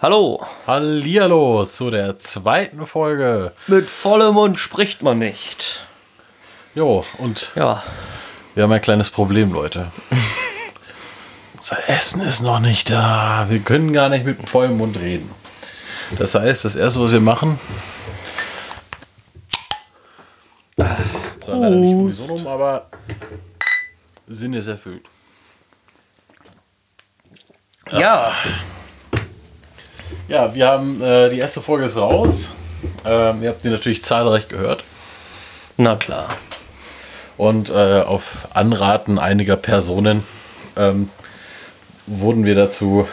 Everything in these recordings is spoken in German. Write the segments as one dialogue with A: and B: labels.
A: Hallo.
B: Hallihallo zu der zweiten Folge.
A: Mit vollem Mund spricht man nicht.
B: Jo, und
A: Ja,
B: wir haben ein kleines Problem, Leute. Unser Essen ist noch nicht da. Wir können gar nicht mit vollem Mund reden. Das heißt, das erste, was wir machen. Das war leider nicht Unisonum, aber Sinn ist erfüllt.
A: ja,
B: Ja, wir haben äh, die erste Folge ist raus. Ähm, ihr habt die natürlich zahlreich gehört.
A: na klar.
B: Und äh, auf Anraten einiger Personen ähm, wurden wir dazu,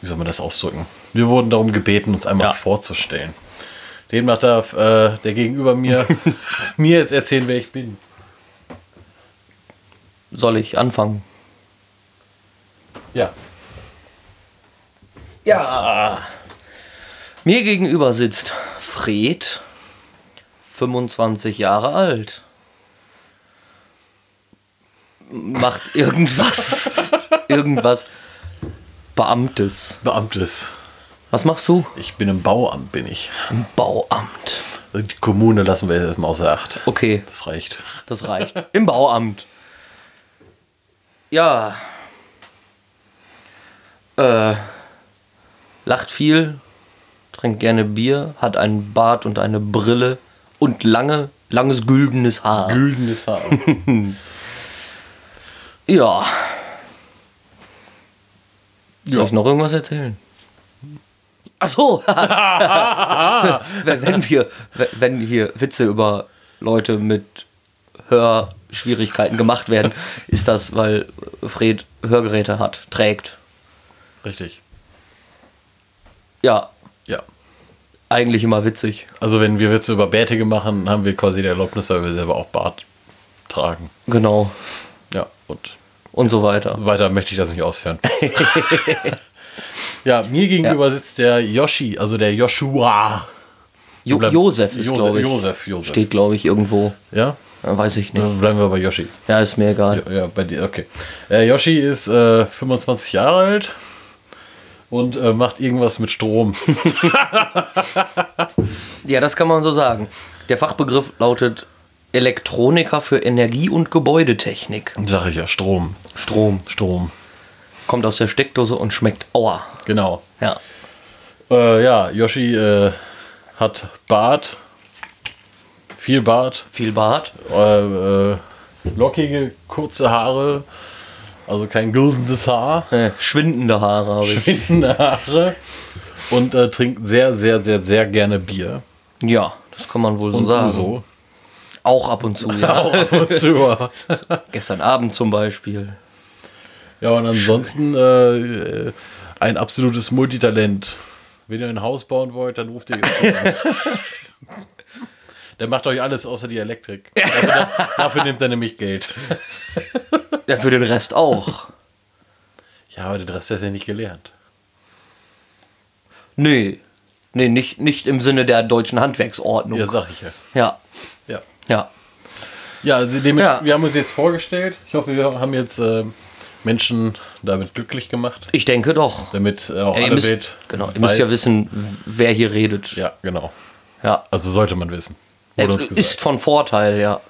B: wie soll man das ausdrücken? Wir wurden darum gebeten, uns einmal
A: Ja.
B: vorzustellen. Demnach darf äh, der gegenüber mir mir jetzt erzählen, wer ich bin.
A: Soll ich anfangen?
B: Ja.
A: Ja. Ah. Mir gegenüber sitzt Fred, 25 Jahre alt. Macht irgendwas, irgendwas Beamtes.
B: Beamtes.
A: Was machst du?
B: Ich bin im Bauamt, bin ich. Also
A: Im Bauamt.
B: Die Kommune lassen wir jetzt erstmal außer Acht.
A: Okay,
B: Das reicht.
A: das reicht. Im Bauamt. Ja. Äh, lacht viel, trinkt gerne Bier, hat einen Bart und eine Brille und lange, langes güldenes Haar.
B: Güldenes Haar.
A: Ja. Soll
B: Ja.
A: ich noch irgendwas erzählen? Ach so. wenn, wenn wir, wenn hier Witze über Leute mit Hörschwierigkeiten gemacht werden, ist das, weil Fred Hörgeräte hat, trägt.
B: Richtig.
A: Ja,
B: Ja.
A: eigentlich immer witzig.
B: Also wenn wir Witze über Bärtige machen, haben wir quasi die Erlaubnis, weil wir selber auch Bart tragen.
A: Genau.
B: Ja, und
A: Und so weiter.
B: weiter möchte ich das nicht ausführen. ja, mir gegenüber sitzt der Yoshi, also der Joshua.
A: Jo
B: Bleib-
A: Josef ist,
B: Josef-
A: glaube ich.
B: Josef, Josef.
A: Steht, glaube ich, irgendwo.
B: Ja?
A: Äh, Weiß ich nicht.
B: Dann bleiben wir bei Yoshi.
A: Ja, ist mir egal.
B: Ja, bei dir, okay. Äh, Yoshi ist äh, 25 Jahre alt und äh, macht irgendwas mit Strom.
A: Ja, das kann man so sagen. Der Fachbegriff lautet Elektroniker für Energie- und Gebäudetechnik.
B: Sag ich ja, Strom.
A: Strom.
B: Strom.
A: Kommt aus der Steckdose und schmeckt aua.
B: Genau.
A: Ja.
B: Äh, ja, Yoshi äh, hat Bart. Viel Bart.
A: Viel Bart.
B: Äh, äh, lockige, kurze Haare. Also kein gildendes Haar.
A: Äh, schwindende Haare habe ich.
B: Schwindende Haare. Und äh, trinkt sehr, sehr, sehr, sehr gerne Bier.
A: Ja, das kann man wohl so
B: Und
A: sagen.
B: so.
A: Auch ab und zu, ja.
B: Auch ab und zu.
A: Gestern Abend zum Beispiel.
B: Ja, und ansonsten äh, äh, ein absolutes Multitalent. Wenn ihr ein Haus bauen wollt, dann ruft ihr Yoshi an. Der macht euch alles außer die Elektrik. Dafür, dafür nimmt er nämlich Geld.
A: Ja, für den Rest auch.
B: Ja, aber den Rest hat er nicht gelernt.
A: Nee. Nee, nicht, nicht im Sinne der deutschen Handwerksordnung.
B: Ja, sag ich ja.
A: Ja,
B: Ja.
A: ja.
B: Ja, also dem,
A: Ja.
B: wir haben uns jetzt vorgestellt. Ich hoffe, wir haben jetzt äh, Menschen damit glücklich gemacht,
A: Ich denke doch.
B: damit äh, auch
A: Ja, ihr
B: alle
A: müsst,
B: Welt
A: genau, ihr müsst ja
B: weiß-
A: wissen, w- wer hier redet.
B: Ja, genau.
A: ja.
B: Also sollte man wissen. Wurde uns gesagt.
A: Äh, Ist von Vorteil, ja.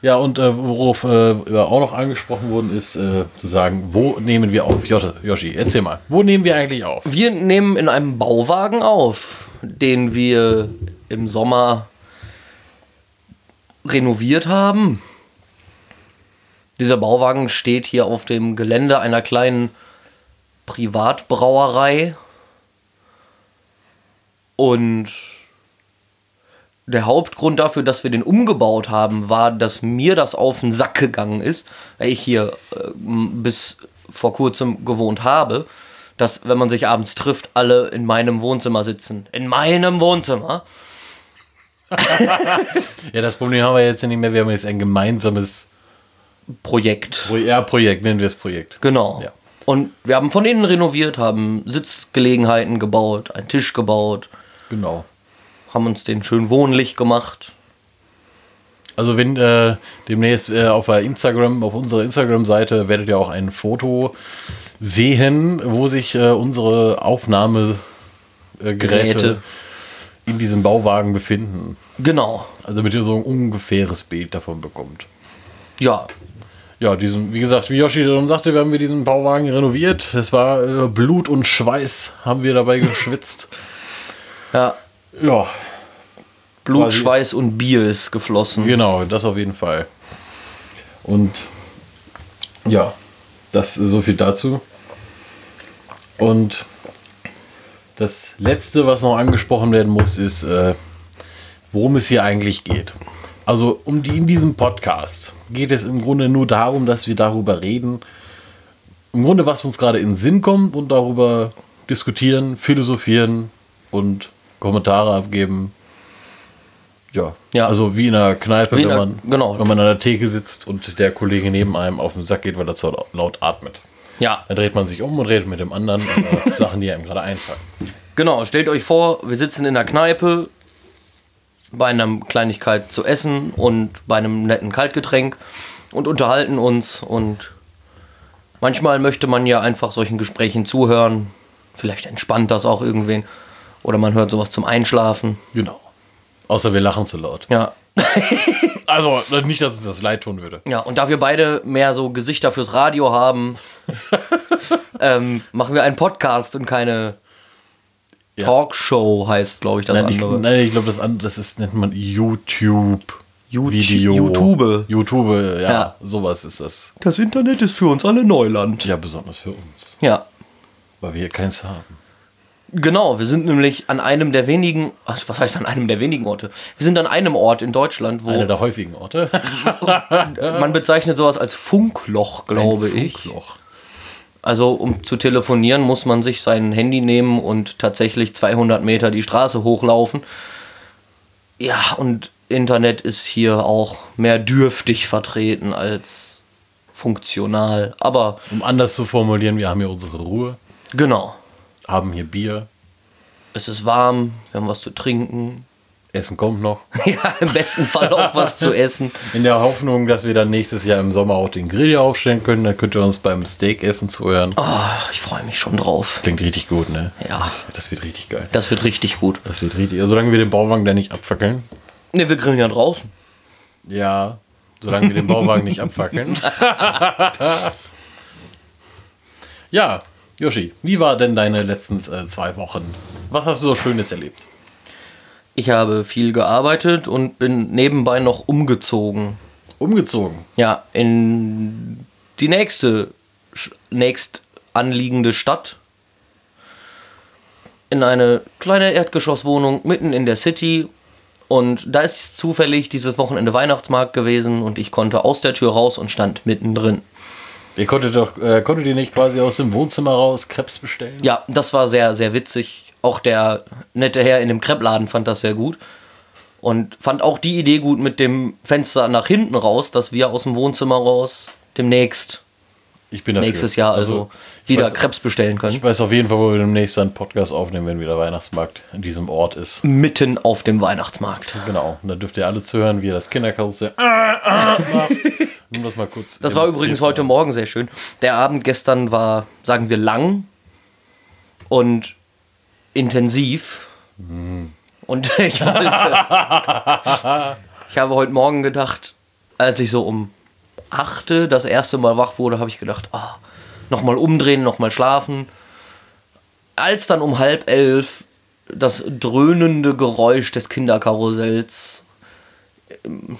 B: Ja, und äh, worauf äh, wir auch noch angesprochen wurden, ist äh, zu sagen, wo nehmen wir auf? Josh- Yoshi, erzähl mal. Wo nehmen wir eigentlich auf?
A: Wir nehmen in einem Bauwagen auf, den wir im Sommer renoviert haben. Dieser Bauwagen steht hier auf dem Gelände einer kleinen Privatbrauerei. Und der Hauptgrund dafür, dass wir den umgebaut haben, war, dass mir das auf den Sack gegangen ist, weil ich hier äh, m- bis vor kurzem gewohnt habe, dass wenn man sich abends trifft, alle in meinem Wohnzimmer sitzen. In meinem Wohnzimmer.
B: Ja, das Problem haben wir jetzt nicht mehr. Wir haben jetzt ein gemeinsames
A: Projekt.
B: Pro ja, Projekt, nennen wir es Projekt.
A: Genau.
B: Ja.
A: Und wir haben von innen renoviert, haben Sitzgelegenheiten gebaut, einen Tisch gebaut,
B: Genau.
A: haben uns den schön wohnlich gemacht.
B: Also wenn äh, demnächst äh, auf der Instagram, auf unserer Instagram-Seite werdet ihr auch ein Foto sehen, wo sich äh, unsere Aufnahmegeräte äh, Geräte
A: Geräte.
B: in diesem Bauwagen befinden.
A: Genau.
B: Also damit ihr so ein ungefähres Bild davon bekommt.
A: Ja.
B: Ja, diesen, wie gesagt, wie Yoshi schon sagte, wir haben wir diesen Bauwagen renoviert. Es war äh, Blut und Schweiß, haben wir dabei geschwitzt.
A: ja.
B: ja,
A: Blut,
B: Quasi-
A: Schweiß und Bier ist geflossen.
B: genau, das auf jeden Fall. Und ja, das äh, so viel dazu. Und das letzte, was noch angesprochen werden muss, ist, äh, worum es hier eigentlich geht. Also um die in diesem Podcast geht es im Grunde nur darum, dass wir darüber reden, im Grunde was uns gerade in den Sinn kommt und darüber diskutieren, philosophieren und Kommentare abgeben. Ja,
A: Ja.
B: also wie in einer Kneipe,
A: Wie in
B: wenn,
A: einer-
B: man,
A: genau.
B: wenn man an der Theke sitzt und der Kollege neben einem auf den Sack geht, weil er zu laut atmet.
A: Ja.
B: Dann dreht man sich um und redet mit dem anderen über Sachen, die einem gerade einfallen.
A: Genau, stellt euch vor, wir sitzen in der Kneipe bei einer Kleinigkeit zu essen und bei einem netten Kaltgetränk und unterhalten uns und manchmal möchte man ja einfach solchen Gesprächen zuhören. Vielleicht entspannt das auch irgendwen oder man hört sowas zum Einschlafen.
B: Genau. Außer wir lachen zu laut.
A: Ja.
B: Also nicht, dass uns das leid tun würde.
A: Ja, und da wir beide mehr so Gesichter fürs Radio haben, ähm, machen wir einen Podcast und keine
B: Ja.
A: Talkshow heißt, glaube ich, das
B: Nein, ich,
A: andere.
B: nein, ich glaube, das andere, das ist, nennt man YouTube.
A: Yout-
B: Video.
A: YouTube.
B: YouTube, ja,
A: Ja.
B: Sowas ist das.
A: Das Internet ist für uns alle Neuland.
B: Ja, besonders für uns,
A: Ja,
B: weil wir hier keins haben.
A: genau. Wir sind nämlich an einem der wenigen, ach, was heißt an einem der wenigen Orte? Wir sind an einem Ort in Deutschland, wo Äh,
B: Einer der häufigen Orte.
A: man bezeichnet sowas als Funkloch, glaube ich.
B: Funkloch.
A: Also um zu telefonieren, muss man sich sein Handy nehmen und tatsächlich 200 Meter die Straße hochlaufen. Ja, und Internet ist hier auch mehr dürftig vertreten als funktional. Aber
B: Um anders zu formulieren, wir haben hier unsere Ruhe,
A: genau,
B: haben hier Bier,
A: es ist warm, wir haben was zu trinken.
B: Essen kommt noch.
A: Ja, im besten Fall auch was zu essen.
B: In der Hoffnung, dass wir dann nächstes Jahr im Sommer auch den Grill hier aufstellen können. Dann könnt ihr uns beim Steakessen zuhören.
A: Oh, ich freue mich schon drauf.
B: Klingt richtig gut, ne?
A: Ja,
B: Das wird richtig geil.
A: das wird richtig gut.
B: Das wird richtig. Also, solange wir den Bauwagen da nicht abfackeln.
A: Ne, wir grillen ja draußen.
B: Ja, solange wir den Bauwagen nicht abfackeln. ja, Yoshi, wie war denn deine letzten äh, zwei Wochen? Was hast du so Schönes erlebt?
A: Ich habe viel gearbeitet und bin nebenbei noch umgezogen.
B: Umgezogen.
A: Ja, in die nächste, sch- nächst anliegende Stadt. In eine kleine Erdgeschosswohnung mitten in der City. Und da ist zufällig dieses Wochenende Weihnachtsmarkt gewesen und ich konnte aus der Tür raus und stand mittendrin.
B: Ihr konntet doch, äh, konntet ihr nicht quasi aus dem Wohnzimmer raus Krebs bestellen?
A: Ja, das war sehr, sehr witzig. Auch der nette Herr in dem Kreppladen fand das sehr gut. Und fand auch die Idee gut mit dem Fenster nach hinten raus, dass wir aus dem Wohnzimmer raus demnächst,
B: Ich bin dafür.
A: nächstes Jahr also,
B: ich
A: wieder
B: weiß-
A: Krebs bestellen können.
B: Ich weiß auf jeden Fall, wo wir demnächst dann einen Podcast aufnehmen, wenn wieder Weihnachtsmarkt in diesem Ort ist.
A: Mitten auf dem Weihnachtsmarkt.
B: Genau. Und da dürft ihr alle zuhören, wie ihr das Kinderkarussell ah, ah, macht. Nimm das mal kurz.
A: Das war übrigens heute Morgen sehr schön. Der Abend gestern war, sagen wir, lang und intensiv.
B: Mhm.
A: Und ich wollte. ich habe heute Morgen gedacht, als ich so um 8 das erste Mal wach wurde, habe ich gedacht, ah, nochmal umdrehen, nochmal schlafen. Als dann um halb elf das dröhnende Geräusch des Kinderkarussells, ähm,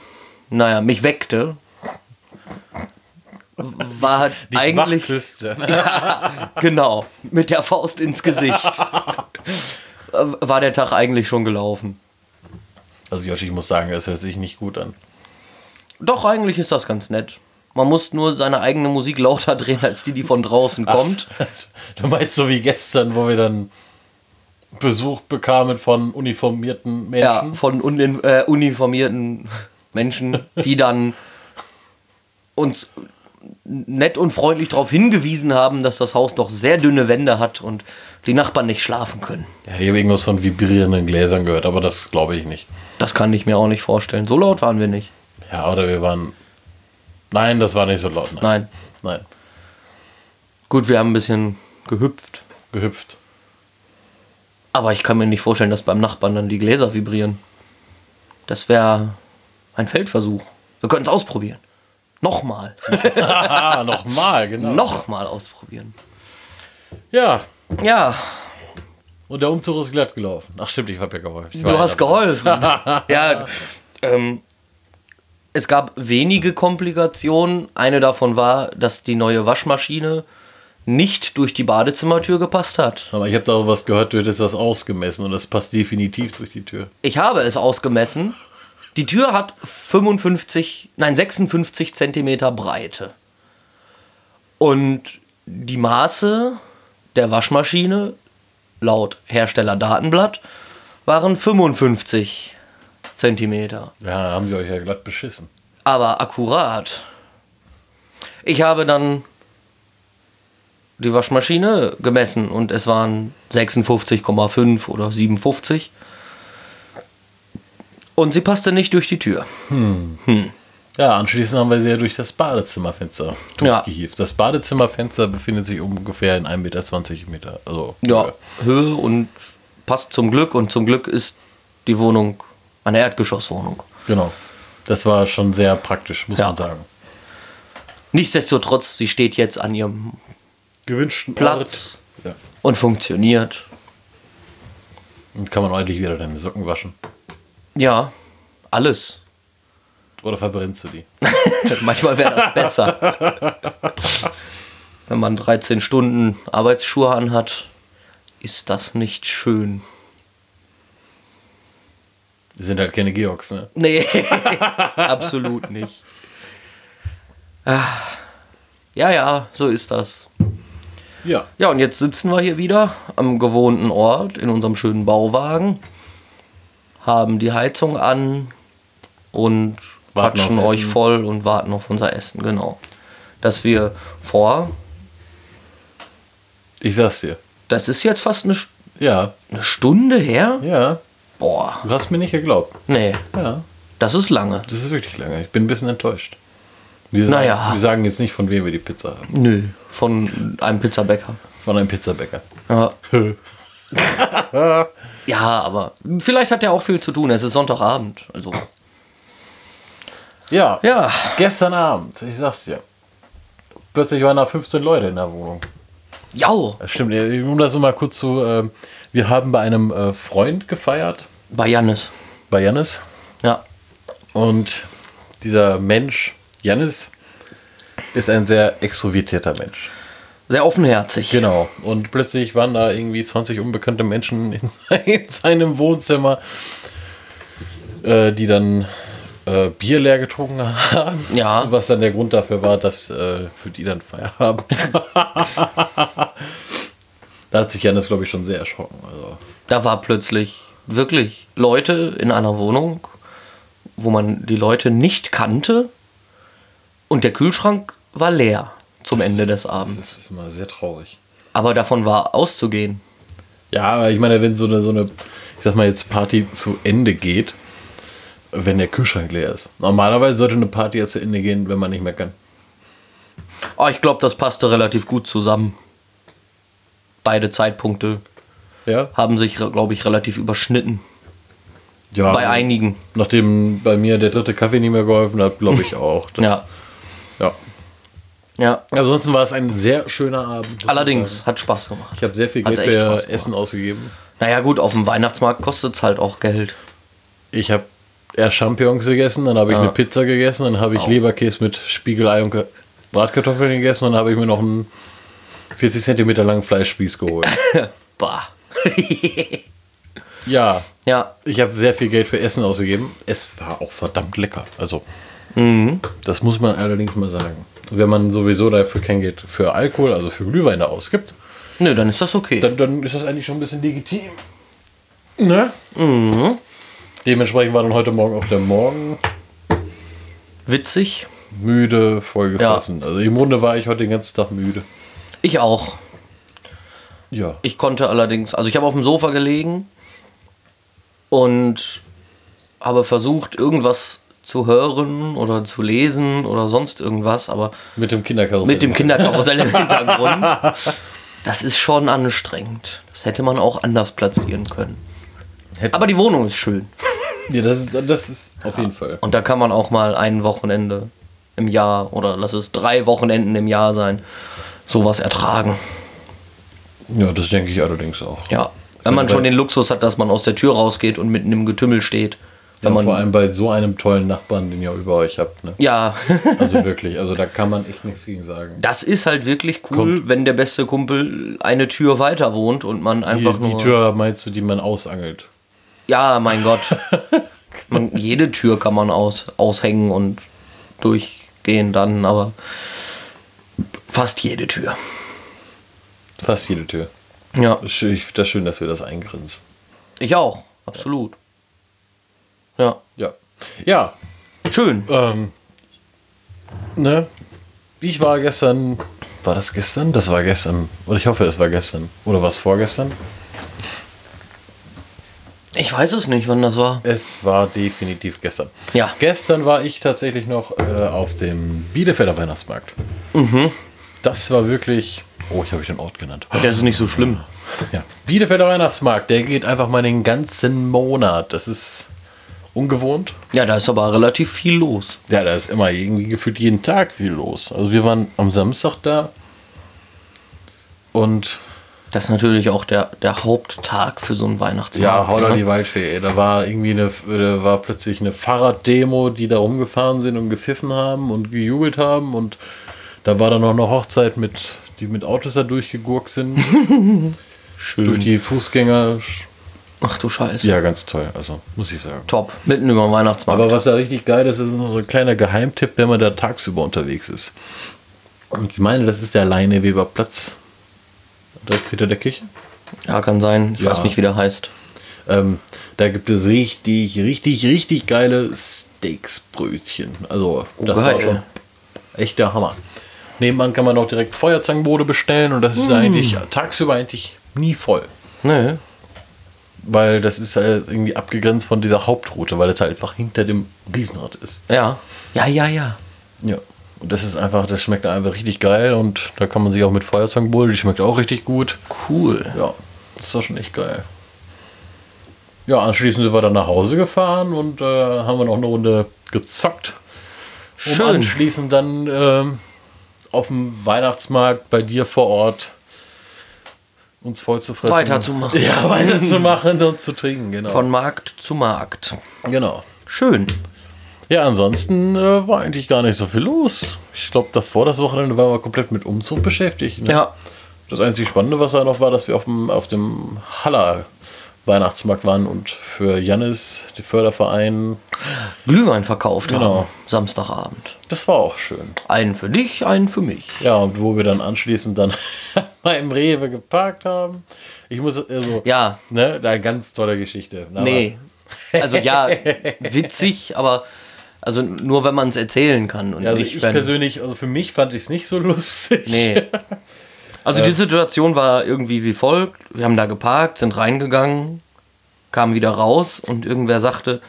A: naja, mich weckte, war eigentlich.
B: Wachküste.
A: Genau, mit der Faust ins Gesicht. Äh, War der Tag eigentlich schon gelaufen?
B: Also Joshi, ich muss sagen, es hört sich nicht gut an.
A: Doch, eigentlich ist das ganz nett. Man muss nur seine eigene Musik lauter drehen, als die, die von draußen kommt.
B: Du meinst so wie gestern, wo wir dann Besuch bekamen von uniformierten
A: Ja,
B: Menschen.
A: von un äh, uniformierten Menschen, die dann uns nett und freundlich darauf hingewiesen haben, dass das Haus doch sehr dünne Wände hat und die Nachbarn nicht schlafen können.
B: Ja. ich habe irgendwas von vibrierenden Gläsern gehört, aber das glaube ich nicht.
A: Das kann ich mir auch nicht vorstellen. So laut waren wir nicht.
B: Ja, oder wir waren. Nein, das war nicht so laut. Nein.
A: Nein.
B: Nein.
A: Gut, wir haben ein bisschen gehüpft.
B: Gehüpft.
A: Aber ich kann mir nicht vorstellen, dass beim Nachbarn dann die Gläser vibrieren. Das wäre ein Feldversuch. Wir können es ausprobieren. Nochmal.
B: Ah, nochmal, genau.
A: Nochmal ausprobieren.
B: Ja,
A: Ja,
B: und der Umzug ist glatt gelaufen. Ach, stimmt, ich hab ja geholfen. Ich war
A: du
B: ja
A: hast
B: dabei.
A: geholfen. ja, ähm, es gab wenige Komplikationen. Eine davon war, dass die neue Waschmaschine nicht durch die Badezimmertür gepasst hat.
B: Aber ich habe da was gehört, du hättest das ausgemessen und das passt definitiv durch die Tür.
A: Ich habe es ausgemessen. Die Tür hat 55, nein 56 Zentimeter Breite. Und die Maße der Waschmaschine laut Herstellerdatenblatt waren 55 Zentimeter.
B: Ja, haben sie euch ja glatt beschissen.
A: aber akkurat. Ich habe dann die Waschmaschine gemessen und es waren 56,5 oder 57. Und sie passte nicht durch die Tür.
B: Ja, anschließend haben wir sie ja durch das Badezimmerfenster
A: Ja.
B: durchgehievt. Das Badezimmerfenster befindet sich ungefähr in 1,20 Meter. Meter. Also,
A: Ja, Höhe und passt zum Glück. Und zum Glück ist die Wohnung eine Erdgeschosswohnung.
B: Genau. Das war schon sehr praktisch, muss
A: Ja.
B: man sagen.
A: Nichtsdestotrotz, sie steht jetzt an ihrem
B: Gewünschten
A: Platz
B: Ort. Ja.
A: und funktioniert.
B: Und kann man ordentlich wieder deine Socken waschen.
A: Ja, alles.
B: Oder verbrennst du die?
A: Manchmal wäre das besser. Wenn man 13 Stunden Arbeitsschuhe anhat, ist das nicht schön.
B: Die sind halt keine Georgs, ne?
A: Nee, absolut nicht. Ah. Ja, ja, so ist das.
B: Ja.
A: Ja, und jetzt sitzen wir hier wieder am gewohnten Ort in unserem schönen Bauwagen, haben die Heizung an und
B: Warten auf
A: quatschen euch
B: Essen.
A: voll und warten auf unser Essen, genau. Dass wir vor
B: Ich sag's dir.
A: Das ist jetzt fast eine, Sch-
B: Ja,
A: eine Stunde her?
B: ja.
A: Boah,
B: Du hast mir nicht geglaubt.
A: nee,
B: Ja,
A: das ist lange.
B: das ist wirklich lange. Ich bin ein bisschen enttäuscht. Wir sagen,
A: Naja.
B: wir sagen jetzt nicht, von wem wir die Pizza haben.
A: Nö, von einem Pizzabäcker.
B: Von einem Pizzabäcker.
A: Ja. ja, aber vielleicht hat er auch viel zu tun. Es ist Sonntagabend. Also,
B: Ja,
A: ja,
B: gestern Abend, ich sag's dir. Plötzlich waren da 15 Leute in der Wohnung.
A: jau,
B: Das stimmt, ja, um das mal kurz zu. ähm, wir haben bei einem äh, Freund gefeiert,
A: bei Jannis.
B: bei Jannis.
A: Ja,
B: Und dieser Mensch, Jannis, ist ein sehr extrovertierter Mensch.
A: sehr offenherzig.
B: Genau. Und plötzlich waren da irgendwie 20 unbekannte Menschen in, se- in seinem Wohnzimmer, äh, die dann äh, Bier leer getrunken haben.
A: Ja.
B: Was dann der Grund dafür war, dass äh, für die dann Feierabend. da hat sich Janis, glaube ich, schon sehr erschrocken. Also,
A: Da war plötzlich wirklich Leute in einer Wohnung, wo man die Leute nicht kannte und der Kühlschrank war leer zum Ende des Abends.
B: Das ist immer sehr traurig.
A: Aber davon war auszugehen.
B: Ja, aber ich meine, wenn so eine, so eine, ich sag mal jetzt Party zu Ende geht, wenn der Kühlschrank leer ist. Normalerweise sollte eine Party ja zu Ende gehen, wenn man nicht mehr kann.
A: Ah, ich glaube, das passte relativ gut zusammen. Beide Zeitpunkte
B: Ja?
A: haben sich, glaube ich, relativ überschnitten.
B: Ja.
A: Bei einigen.
B: Nachdem bei mir der dritte Kaffee nicht mehr geholfen hat, glaube ich auch. Das-
A: Ja.
B: ja.
A: Ja.
B: Ansonsten war es ein sehr schöner Abend. muss man sagen.
A: Allerdings, hat Spaß gemacht.
B: Ich habe sehr viel
A: Hat
B: Geld
A: echt Spaß
B: für
A: gemacht.
B: Essen ausgegeben.
A: Naja, gut, auf dem Weihnachtsmarkt kostet es halt auch Geld.
B: Ich habe eher Champignons gegessen, dann habe ich
A: Ja.
B: eine Pizza gegessen, dann habe ich Leberkäse mit Spiegelei und Ka- Bratkartoffeln gegessen und dann habe ich mir noch einen 40 cm langen Fleischspieß geholt.
A: Bah.
B: ja.
A: Ja,
B: Ich habe sehr viel Geld für Essen ausgegeben. Es war auch verdammt lecker. Also,
A: Mhm.
B: das muss man allerdings mal sagen. Wenn man sowieso dafür kein Geld für Alkohol, also für Glühwein da ausgibt,
A: nö, dann ist das okay.
B: dann, dann ist das eigentlich schon ein bisschen legitim. Ne?
A: Mhm.
B: Dementsprechend war dann heute Morgen auch der Morgen
A: Witzig.
B: müde vollgefressen. Also im Grunde war ich heute den ganzen Tag müde.
A: Ich auch.
B: Ja.
A: Ich konnte allerdings, also ich habe auf dem Sofa gelegen und habe versucht, irgendwas zu hören oder zu lesen oder sonst irgendwas, aber
B: Mit dem Kinderkarussell.
A: mit dem Kinderkarussell im Hintergrund, das ist schon anstrengend. Das hätte man auch anders platzieren können.
B: Hätte-
A: Aber die Wohnung ist schön.
B: Ja, das ist, das ist auf jeden Fall.
A: Und da kann man auch mal ein Wochenende im Jahr oder lass es drei Wochenenden im Jahr sein, sowas ertragen.
B: Ja, das denke ich allerdings auch.
A: Ja. Wenn man schon den Luxus hat, dass man aus der Tür rausgeht und mitten im Getümmel steht. Wenn
B: Ja,
A: man,
B: vor allem bei so einem tollen Nachbarn, den ihr über euch habt. Ne?
A: ja,
B: Also wirklich, also da kann man echt nichts gegen sagen.
A: das ist halt wirklich cool, wenn der beste Kumpel eine Tür weiter wohnt und man
B: Die,
A: einfach
B: die
A: nur.
B: Tür meinst du, die man ausangelt?
A: Ja, mein Gott. man, jede Tür kann man aus, aushängen und durchgehen dann, aber fast jede Tür.
B: Fast jede Tür.
A: Ja,
B: Das ist schön- das ist schön, dass wir das eingrenzen.
A: ich auch, absolut. Ja,
B: Ja. Ja,
A: schön.
B: ähm, ne? Ich war gestern, war das gestern? Das war gestern. Oder ich hoffe, es war gestern. Oder war es vorgestern?
A: Ich weiß es nicht, wann das war.
B: Es war definitiv gestern.
A: Ja.
B: Gestern war ich tatsächlich noch äh, auf dem Bielefelder Weihnachtsmarkt. Das war wirklich. Oh, ich habe den Ort genannt.
A: Das ist nicht so schlimm.
B: Ja. Bielefelder Weihnachtsmarkt, der geht einfach mal den ganzen Monat. Das ist ungewohnt.
A: Ja, da ist aber relativ viel los.
B: Ja, da ist immer irgendwie gefühlt jeden Tag viel los. Also wir waren am Samstag da und
A: Das ist natürlich auch der, der Haupttag für so einen Weihnachtsmarkt.
B: ja, hau da
A: ne?
B: die Waldfee. ey. Da war irgendwie eine, da war plötzlich eine Fahrraddemo, die da rumgefahren sind und gepfiffen haben und gejubelt haben und da war dann noch eine Hochzeit mit, die mit Autos da durchgegurkt sind
A: Schön.
B: durch die Fußgänger.
A: Ach du Scheiße.
B: Ja, ganz toll. Also muss ich sagen.
A: Top. Mitten über den Weihnachtsmarkt.
B: Aber was da richtig geil ist, ist noch so ein kleiner Geheimtipp, wenn man da tagsüber unterwegs ist. Und ich meine, das ist der Leineweberplatz. Direkt hinter der Kirche.
A: ja, kann sein. Ich
B: Ja.
A: weiß nicht, wie der heißt.
B: Ähm, da gibt es richtig, richtig, richtig geile Steaksbrötchen. Also, das war
A: geil.
B: schon echt der Hammer. Nebenan kann man auch direkt Feuerzangenbowle bestellen und das ist eigentlich tagsüber eigentlich nie voll.
A: Nee.
B: Weil das ist halt irgendwie abgegrenzt von dieser Hauptroute, weil es halt einfach hinter dem Riesenrad ist.
A: Ja. Ja, ja, ja.
B: Ja. Und das ist einfach, das schmeckt einfach richtig geil und da kann man sich auch mit Feuerzangenbowle, die schmeckt auch richtig gut.
A: Cool.
B: Ja, das ist doch schon echt geil. Ja, anschließend sind wir dann nach Hause gefahren und äh, haben wir noch eine Runde gezockt. Um
A: Schön.
B: anschließend dann ähm, auf dem Weihnachtsmarkt bei dir vor Ort uns vollzufressen.
A: Weiterzumachen.
B: Ja, weiterzumachen und zu trinken, genau.
A: Von Markt zu Markt.
B: genau.
A: Schön.
B: Ja, ansonsten äh, war eigentlich gar nicht so viel los. Ich glaube, davor das Wochenende waren wir komplett mit Umzug beschäftigt. Ne?
A: Ja.
B: Das einzige Spannende, was da noch war, dass wir auf dem, auf dem Haller Weihnachtsmarkt waren und für Jannis, den Förderverein,
A: Glühwein verkauft
B: Genau.
A: haben. Samstagabend.
B: das war auch schön.
A: Einen für dich, einen für mich.
B: Ja, und wo wir dann anschließend dann mal im Rewe geparkt haben. Ich muss, also,
A: Ja.
B: ne, da ganz tolle Geschichte. Na,
A: Nee. Also ja, witzig, aber also nur wenn man es erzählen kann. Und
B: aber- Also
A: nicht,
B: ich,
A: wenn-
B: persönlich, also für mich fand ich es nicht so lustig.
A: Nee. Also die Situation war irgendwie wie folgt. Wir haben da geparkt, sind reingegangen, kamen wieder raus und irgendwer sagte,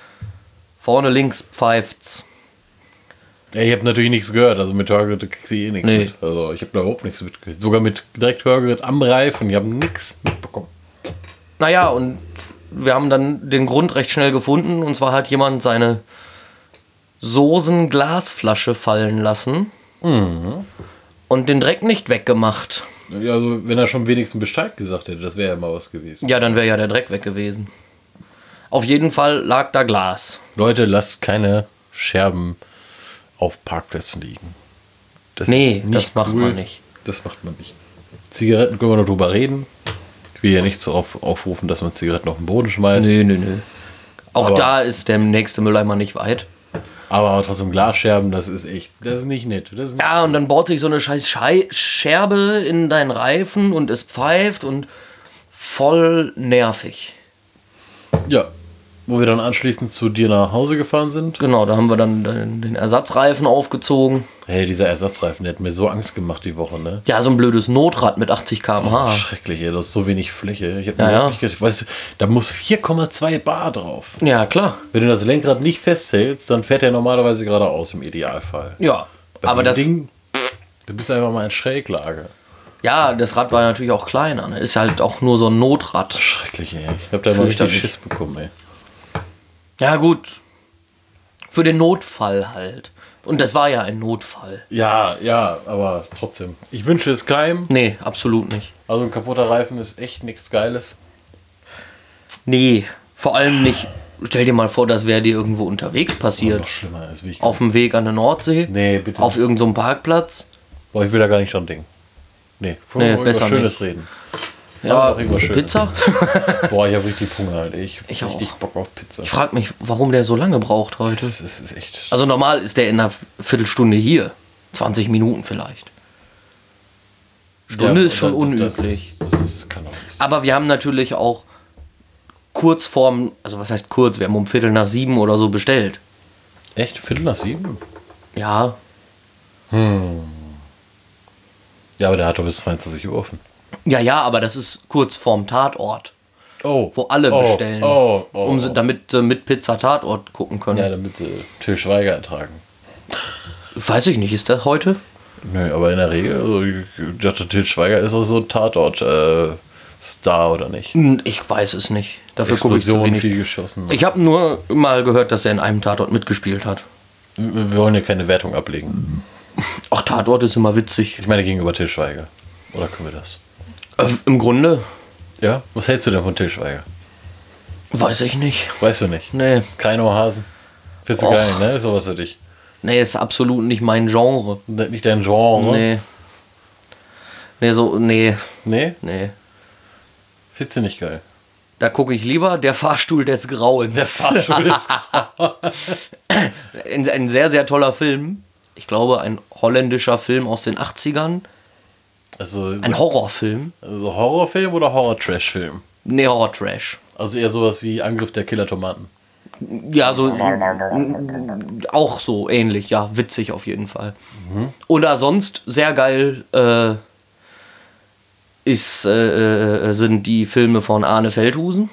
A: vorne links pfeift's.
B: Ja, ich habe natürlich nichts gehört, also mit Hörgerät kriegst du eh nichts
A: Nee.
B: mit. Also ich habe da überhaupt nichts mitgekriegt. Sogar mit direkt Hörgerät am Reifen, ich habe nichts mitbekommen.
A: Naja, und wir haben dann den Grund recht schnell gefunden. Und zwar hat jemand seine Soßen-Glasflasche fallen lassen Mhm. und den Dreck nicht weggemacht.
B: Ja, also wenn er schon wenigstens Bescheid gesagt hätte, das wäre ja mal was gewesen.
A: Ja, dann wäre ja der Dreck weg gewesen. Auf jeden Fall lag da Glas.
B: Leute, lasst keine Scherben auf Parkplätzen liegen. Das
A: Nee, das macht man nicht.
B: Das macht man nicht. Zigaretten können wir noch drüber reden. Ich will ja nicht so auf, aufrufen, dass man Zigaretten auf den Boden schmeißt.
A: Nö, nö, nö. Auch
B: Aber-
A: da ist der nächste Mülleimer nicht weit.
B: Aber trotzdem Glasscherben, das ist echt, das ist nicht nett. Das ist nicht
A: Ja, und dann bohrt sich so eine scheiß Schei Scherbe in deinen Reifen und es pfeift und voll nervig.
B: Ja, Wo wir dann anschließend zu dir nach Hause gefahren sind.
A: Genau, da haben wir dann den den Ersatzreifen aufgezogen.
B: Hey, dieser Ersatzreifen, der hat mir so Angst gemacht die Woche, ne?
A: Ja, so ein blödes Notrad mit 80 km/h.
B: Schrecklich, ey, das ist so wenig Fläche. Ich habe
A: Ah. Ja,
B: mir
A: ja.
B: überhaupt nicht gedacht, weißt du, da muss 4,2 Bar drauf.
A: ja, klar.
B: Wenn du das Lenkrad nicht festhältst, dann fährt er normalerweise geradeaus im Idealfall.
A: Ja,
B: Bei
A: aber
B: dem
A: das,
B: Ding, du bist einfach mal in Schräglage.
A: ja, das Rad war natürlich auch kleiner. Ne? Ist halt auch nur so ein Notrad.
B: Schrecklich, ey. Ich habe da mal richtig
A: Fürchterlich.
B: Schiss bekommen, ey.
A: Ja, gut. Für den Notfall halt. Und das war ja ein Notfall.
B: Ja, ja, aber trotzdem. Ich wünsche es keinem.
A: Nee, absolut nicht.
B: Also ein kaputter Reifen ist echt nichts Geiles.
A: Nee, vor allem nicht. Stell dir mal vor, das wäre dir irgendwo unterwegs passiert.
B: Noch schlimmer als wie ich.
A: Auf dem Weg an der Nordsee?
B: Nee, bitte.
A: Auf irgendeinem Parkplatz?
B: Boah, ich will da gar nicht dran denken. Nee, wollen
A: Nee,
B: wir über
A: besser
B: Schönes
A: nicht.
B: reden.
A: Ja,
B: doch, irgendwas Schönes.
A: Pizza?
B: Boah, ich habe richtig Hunger, Alter. Ich hab
A: Ich auch.
B: richtig Bock auf Pizza.
A: Ich frage mich, warum der so lange braucht heute.
B: Das ist, ist echt.
A: Also normal ist der in einer Viertelstunde hier. 20 Minuten vielleicht. Stunde
B: Ja,
A: ist schon
B: das-
A: unüblich.
B: Das, das, ist, kann doch nicht sein.
A: Aber wir haben natürlich auch kurz vorm, also was heißt kurz, wir haben um Viertel nach sieben oder so bestellt.
B: Echt? Viertel nach sieben?
A: Ja,
B: Ja, aber der hat doch bis 22 Uhr offen.
A: ja, ja, aber das ist kurz vorm Tatort,
B: Oh.
A: wo alle
B: oh,
A: bestellen,
B: Oh, oh,
A: Um, sie-
B: oh.
A: damit sie mit Pizza Tatort gucken können.
B: Ja, damit sie Till Schweiger ertragen.
A: Weiß ich nicht, ist das heute?
B: Nö, aber in der Regel, also, ich dachte, Till Schweiger ist auch so ein Tatort-Star, oder nicht?
A: Hm, Ich weiß es nicht. Dafür gucke ich zu
B: Explosion,
A: wenig.
B: viel geschossen.
A: Ich habe nur mal gehört, dass er in einem Tatort mitgespielt hat.
B: wir wollen hier keine Wertung ablegen.
A: Ach, Tatort ist immer witzig.
B: Ich meine gegenüber Till Schweiger. Oder können wir das?
A: Äh, Im Grunde
B: Ja? Was hältst du denn von Till Schweiger?
A: weiß ich nicht.
B: Weißt du nicht?
A: Nee,
B: Kein Ohrhasen. Findest du
A: Och.
B: geil, ne? Ist sowas für dich.
A: nee, ist absolut nicht mein Genre.
B: Ne- Nicht dein Genre.
A: Nee. Nee, so, nee,
B: Nee?
A: nee.
B: Findest du nicht geil?
A: Da gucke ich lieber der Fahrstuhl des Grauens.
B: Der Fahrstuhl ist.
A: ein, ein sehr, sehr toller Film. Ich glaube, ein holländischer Film aus den 80ern.
B: Also,
A: Ein Horrorfilm.
B: also Horrorfilm oder Horror-Trash-Film?
A: Nee, Horror-Trash.
B: Also eher sowas wie Angriff der Killer-Tomaten.
A: Ja, so. auch so ähnlich, ja. Witzig auf jeden Fall. Oder sonst sehr geil äh, ist, äh, äh, sind die Filme von Arne Feldhusen.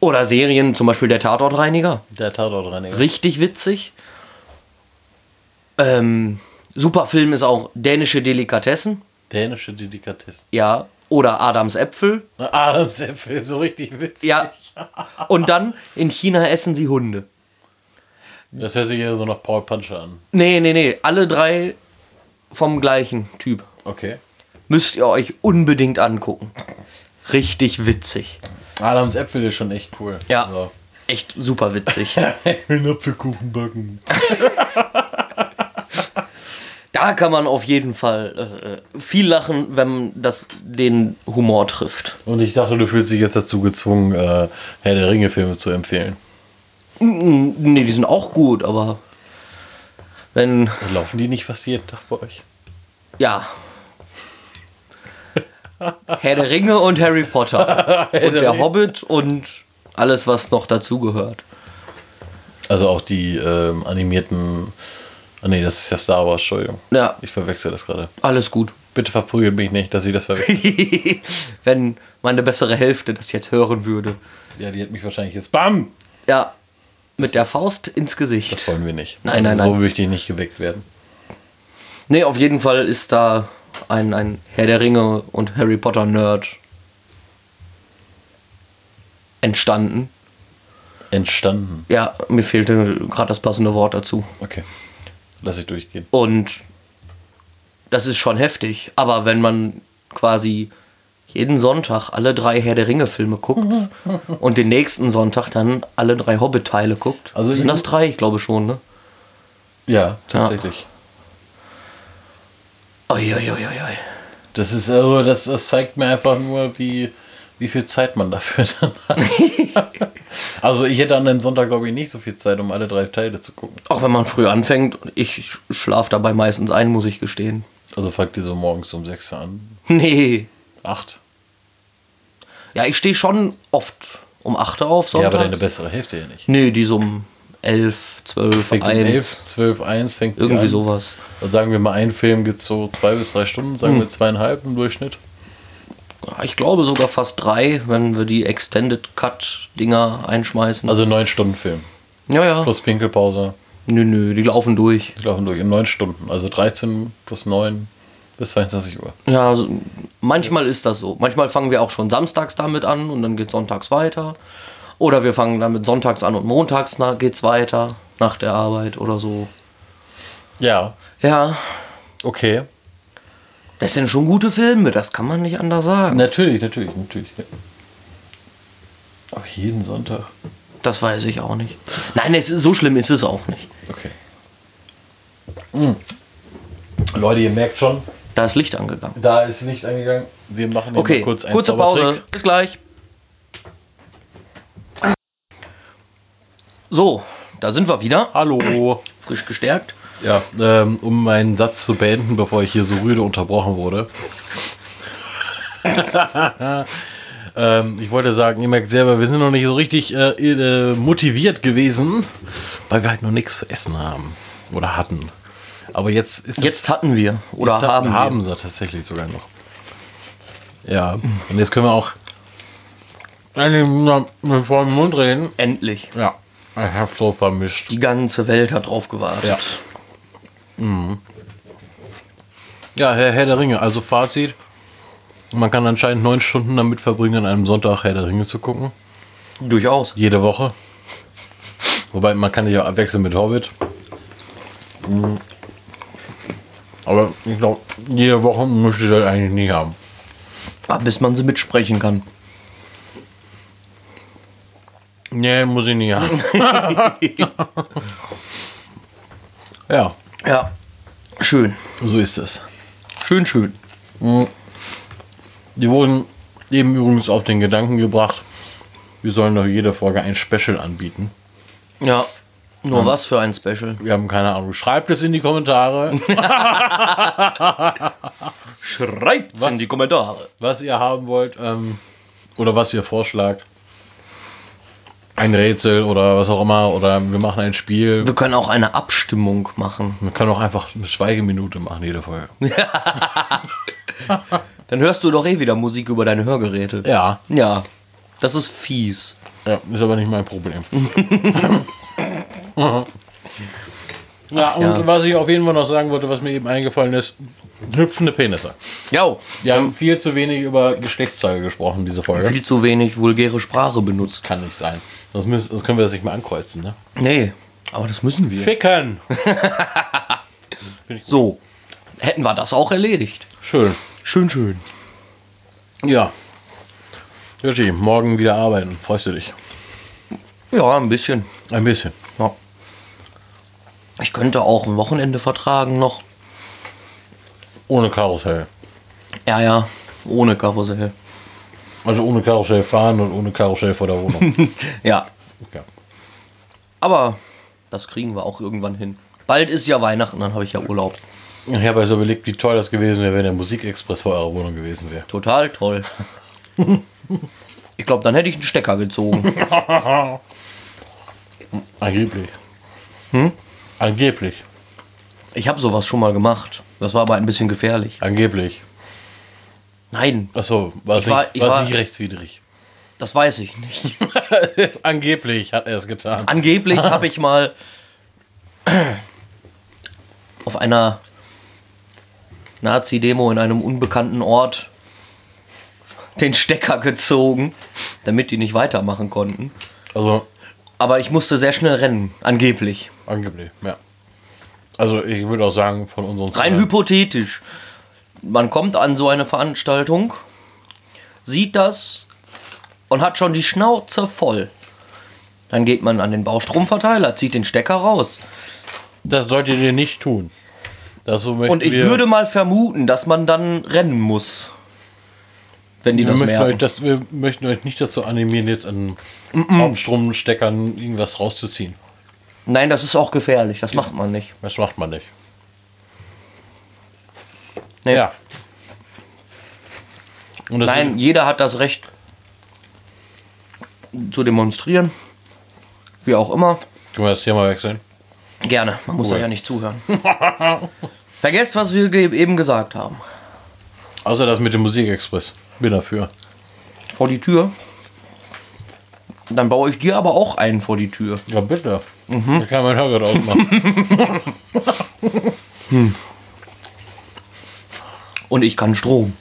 A: Oder Serien, zum Beispiel Der Tatortreiniger.
B: Der Tatort rein.
A: Richtig witzig. Ähm, super Film ist auch Dänische Delikatessen.
B: Dänische Delikatessen.
A: Ja. Oder Adams Äpfel.
B: Adams Äpfel, so richtig witzig.
A: Ja. Und dann in China essen sie Hunde.
B: Das hört sich eher so nach Paul Puncher an.
A: Nee, nee, nee. Alle drei vom gleichen Typ.
B: Okay.
A: Müsst ihr euch unbedingt angucken. Richtig witzig.
B: Adams Äpfel ist schon echt cool.
A: Ja.
B: So.
A: Echt super witzig.
B: Einen Apfelkuchen backen.
A: Da kann man auf jeden Fall äh, viel lachen, wenn das den Humor trifft.
B: Und ich dachte, du fühlst dich jetzt dazu gezwungen, äh, Herr der Ringe-Filme zu empfehlen.
A: Mm, Nee, die sind auch gut, aber wenn
B: Laufen die nicht fast jeden Tag bei euch?
A: Ja. Herr der Ringe und Harry Potter. und der Hobbit und alles, was noch dazugehört.
B: Also auch die ähm, animierten. Ah nee, das ist ja Star Wars, Entschuldigung.
A: Ja,
B: Ich verwechsel das gerade.
A: alles gut.
B: Bitte verprügelt mich nicht, dass ich das verwechsel.
A: Wenn meine bessere Hälfte das jetzt hören würde.
B: ja, die hat mich wahrscheinlich jetzt. Bam!
A: Ja, mit der Faust ins
B: Das
A: Gesicht.
B: wollen wir nicht. Also
A: Nein, nein,
B: So
A: nein.
B: will ich die nicht geweckt werden.
A: Nee, auf jeden Fall ist da ein, ein Herr der Ringe und Harry Potter Nerd entstanden.
B: Entstanden.
A: Ja, mir fehlte gerade das passende Wort dazu.
B: Okay. Lass ich durchgehen.
A: Und das ist schon heftig. Aber wenn man quasi jeden Sonntag alle drei Herr der Ringe-Filme guckt und den nächsten Sonntag dann alle drei Hobbit-Teile guckt,
B: Also
A: also sind
B: ich-
A: das drei, ich glaube schon, ne?
B: Ja, tatsächlich.
A: Uiuiuiui.
B: Das ist also, das, das zeigt mir einfach nur, wie, wie viel Zeit man dafür dann hat. also ich hätte an einem Sonntag, glaube ich, nicht so viel Zeit, um alle drei Teile zu gucken.
A: Auch wenn man früh anfängt, ich schlafe dabei meistens ein, muss ich gestehen.
B: Also fangt ihr so morgens um 6 an.
A: Nee.
B: Acht.
A: Ja, ich stehe schon oft um 8 auf
B: Ja,
A: sonntags.
B: aber deine bessere Hälfte ja nicht.
A: Nee, die so um 11, 12,
B: Fängt um 11,
A: 1,
B: 12, 1 fängt die
A: irgendwie
B: an.
A: sowas.
B: Dann sagen wir mal, ein Film geht so zwei bis drei Stunden, sagen wir zweieinhalb im Durchschnitt.
A: Ah, Ich glaube sogar fast drei, wenn wir die Extended Cut Dinger einschmeißen.
B: Also neun Stunden Film.
A: ja, ja.
B: Plus Pinkelpause.
A: Nö, nö, die laufen durch.
B: Die laufen durch in neun Stunden. Also 13 plus 9 bis 22 Uhr.
A: Ja, also, manchmal ist das so. Manchmal fangen wir auch schon samstags damit an und dann geht sonntags weiter. Oder wir fangen damit sonntags an und montags na- geht's weiter nach der Arbeit oder so.
B: Ja,
A: Ja,
B: okay.
A: das sind schon gute Filme, das kann man nicht anders sagen.
B: Natürlich, natürlich, natürlich. Aber jeden Sonntag.
A: Das weiß ich auch nicht. Nein, es ist, so schlimm ist es auch nicht.
B: Okay. Hm. Leute, ihr merkt schon,
A: Da ist Licht angegangen.
B: da ist Licht angegangen. Wir machen hier
A: Okay,
B: mal kurz einen
A: kurze Pause.
B: Zaubertrick.
A: Bis gleich. So, da sind wir wieder.
B: Hallo.
A: Frisch gestärkt.
B: Ja, ähm, um meinen Satz zu beenden, bevor ich hier so rüde unterbrochen wurde. ähm, ich wollte sagen, ihr merkt selber, wir sind noch nicht so richtig äh, äh, motiviert gewesen, weil wir halt noch nichts zu essen haben oder hatten. Aber jetzt ist es-
A: Jetzt hatten wir oder
B: jetzt
A: haben,
B: haben
A: wir.
B: sie tatsächlich sogar noch. Ja, und jetzt können wir auch endlich mal mit vor dem Mund reden.
A: Endlich.
B: Ja, ich hab's so vermischt.
A: Die ganze Welt hat drauf gewartet.
B: Ja. Ja, Herr, Herr der Ringe, also Fazit. Man kann anscheinend neun Stunden damit verbringen, an einem Sonntag Herr der Ringe zu gucken.
A: Durchaus.
B: Jede Woche. Wobei, man kann sich auch abwechseln mit Hobbit. Mm. Aber ich glaube, jede Woche müsste ich das eigentlich nicht haben.
A: Ah, bis man sie mitsprechen kann.
B: Nee, muss ich nicht haben. ja,
A: Ja. Schön.
B: so ist es.
A: Schön, schön.
B: Die wurden eben übrigens auf den Gedanken gebracht, wir sollen doch jede Folge ein Special anbieten.
A: Ja. Nur was für ein Special.
B: Wir haben keine Ahnung. Schreibt es in die Kommentare,
A: Schreibt's in die Kommentare.
B: was ihr haben wollt ähm, oder was ihr vorschlagt. Ein Rätsel oder was auch immer. Oder wir machen ein Spiel.
A: Wir können auch eine Abstimmung machen.
B: Wir können auch einfach eine Schweigeminute machen, jede Folge.
A: Dann hörst du doch eh wieder Musik über deine Hörgeräte.
B: Ja,
A: Ja. Das ist fies.
B: ja ist aber nicht mein Problem. ja, und
A: ja.
B: was ich auf jeden Fall noch sagen wollte, was mir eben eingefallen ist: hüpfende Penisse.
A: Ja.
B: Wir haben viel zu wenig über Geschlechtsteile gesprochen, diese Folge.
A: Viel zu wenig vulgäre Sprache benutzt.
B: Kann nicht sein. Sonst, müssen, sonst können wir das nicht mehr ankreuzen, ne?
A: Nee. Aber das müssen wir.
B: Ficken!
A: So. Hätten wir das auch erledigt.
B: Schön.
A: Schön, schön.
B: Ja. Yoshi, morgen wieder arbeiten. Freust du dich?
A: Ja, ein bisschen.
B: Ein bisschen.
A: Ja. Ich könnte auch ein Wochenende vertragen noch.
B: Ohne Karussell.
A: Ja, ja, ohne Karussell.
B: Also ohne Karussell fahren und ohne Karussell vor der Wohnung.
A: Ja,
B: ja.
A: aber das kriegen wir auch irgendwann hin. Bald ist ja Weihnachten, dann habe ich ja Urlaub.
B: Ich habe also überlegt, wie toll das gewesen wäre, wenn der Musikexpress vor eurer Wohnung gewesen wäre.
A: Total toll. Ich glaube, dann hätte ich einen Stecker gezogen.
B: Angeblich. Hm? Angeblich.
A: Ich habe sowas schon mal gemacht. Das war aber ein bisschen gefährlich.
B: Angeblich.
A: Nein,
B: Achso, war es
A: Ich war-
B: nicht,
A: ich
B: war, es
A: war-
B: nicht rechtswidrig.
A: das weiß ich nicht.
B: Angeblich hat er es getan.
A: Angeblich habe ich mal auf einer Nazi-Demo in einem unbekannten Ort den Stecker gezogen, damit die nicht weitermachen konnten.
B: Also,
A: Aber ich musste sehr schnell rennen, angeblich.
B: angeblich, ja. Also, ich würde auch sagen, von unseren
A: Rein
B: Zuhörern-
A: hypothetisch. Man kommt an so eine Veranstaltung, sieht das und hat schon die Schnauze voll. Dann geht man an den Baustromverteiler, zieht den Stecker raus.
B: Das solltet ihr nicht tun. Das so möchten
A: Und ich
B: wir,
A: würde mal vermuten, dass man dann rennen muss. Wenn die
B: wir
A: das
B: möchten
A: merken.
B: euch, das, wir möchten euch nicht dazu animieren, jetzt an Hauptstromsteckern irgendwas rauszuziehen.
A: Nein, das ist auch gefährlich. Das macht man nicht.
B: Das macht man nicht.
A: Nee.
B: Ja. Und das
A: Nein, jeder hat das Recht, zu demonstrieren. Wie auch immer.
B: Können wir das Thema wechseln?
A: Gerne, man muss
B: Cool.
A: da ja nicht zuhören. Vergesst, was wir ge eben gesagt haben.
B: Außer das mit dem Musikexpress. Bin dafür.
A: Vor die Tür. Dann baue ich dir aber auch einen vor die Tür.
B: Ja, bitte. Mhm. Da kann mein Hörgott aufmachen.
A: Und ich kann Strom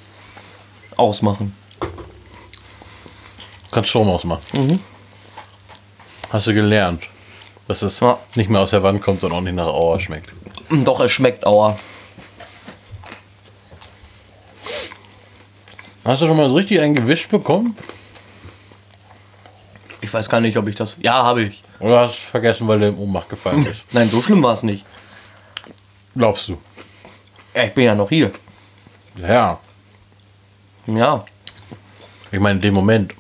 A: ausmachen.
B: Kannst Strom ausmachen.
A: Mhm.
B: Hast du gelernt, dass es
A: Ja.
B: nicht mehr aus der Wand kommt und auch nicht nach Auer schmeckt.
A: Doch, es schmeckt auer.
B: Hast du schon mal so richtig einen gewischt bekommen?
A: Ich weiß gar nicht, ob ich das. Ja, habe ich.
B: Oder hast du es vergessen, weil der im Ohnmacht gefallen ist?
A: Nein, so schlimm war es nicht.
B: Glaubst du?
A: Ja, ich bin ja noch hier.
B: Ja.
A: Ja.
B: Ich meine, in dem Moment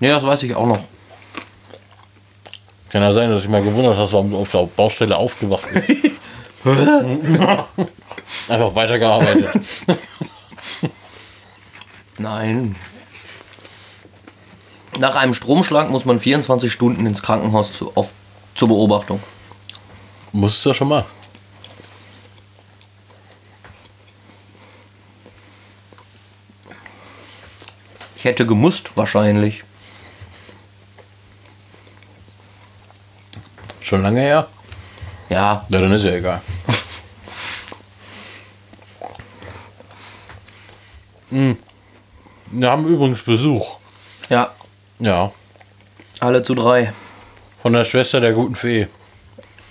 A: Nee, das weiß ich auch noch.
B: kann ja sein, dass ich mal gewundert hast, warum du auf der Baustelle aufgewacht bist. Einfach weitergearbeitet.
A: Nein. Nach einem Stromschlag muss man 24 Stunden ins Krankenhaus zu, auf, zur Beobachtung.
B: Musstest du ja schon mal.
A: Ich hätte gemusst, wahrscheinlich.
B: Schon lange her?
A: Ja,
B: Ja, dann ist ja egal. Mm. Wir haben übrigens Besuch.
A: ja.
B: Ja.
A: Alle zu drei.
B: Von der Schwester der guten Fee.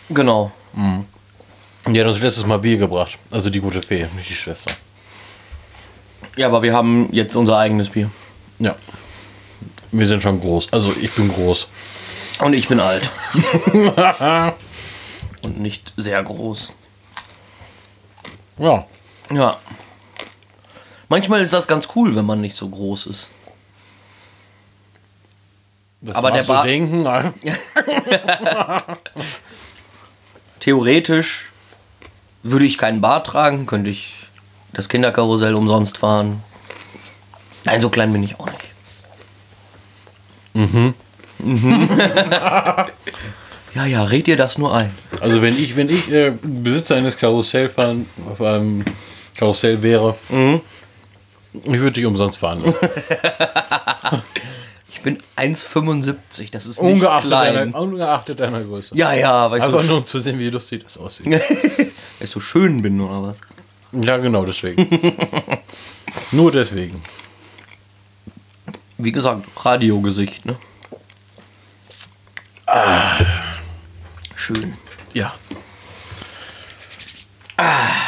A: Genau.
B: Die hat uns letztes Mal Bier gebracht. Also die gute Fee, nicht die Schwester.
A: Ja, aber wir haben jetzt unser eigenes Bier.
B: Ja. Wir sind schon groß. Also ich bin groß.
A: Und ich bin alt. Und nicht sehr groß.
B: Ja.
A: Ja. Manchmal ist das ganz cool, wenn man nicht so groß ist.
B: Das
A: Aber
B: magst
A: der Bar-
B: du denken, ne? nein.
A: Theoretisch würde ich keinen Bart tragen, könnte ich das Kinderkarussell umsonst fahren. Nein, so klein bin ich auch nicht. Mhm. ja, ja, red dir das nur ein.
B: Also wenn ich, wenn ich äh, Besitzer eines Karussell fahren, auf einem Karussell wäre,
A: Mhm.
B: ich würde dich umsonst fahren lassen.
A: Ich bin 1,75, das ist nicht
B: Ungeachtet
A: klein.
B: deiner, ungeachtet deiner Größe.
A: Ja, ja, weil ich so,
B: Einfach nur um zu sehen, wie lustig das aussieht.
A: weil ich so schön bin oder was.
B: ja, genau, deswegen. nur deswegen.
A: Wie gesagt, Radiogesicht, ne? Schön.
B: Ja.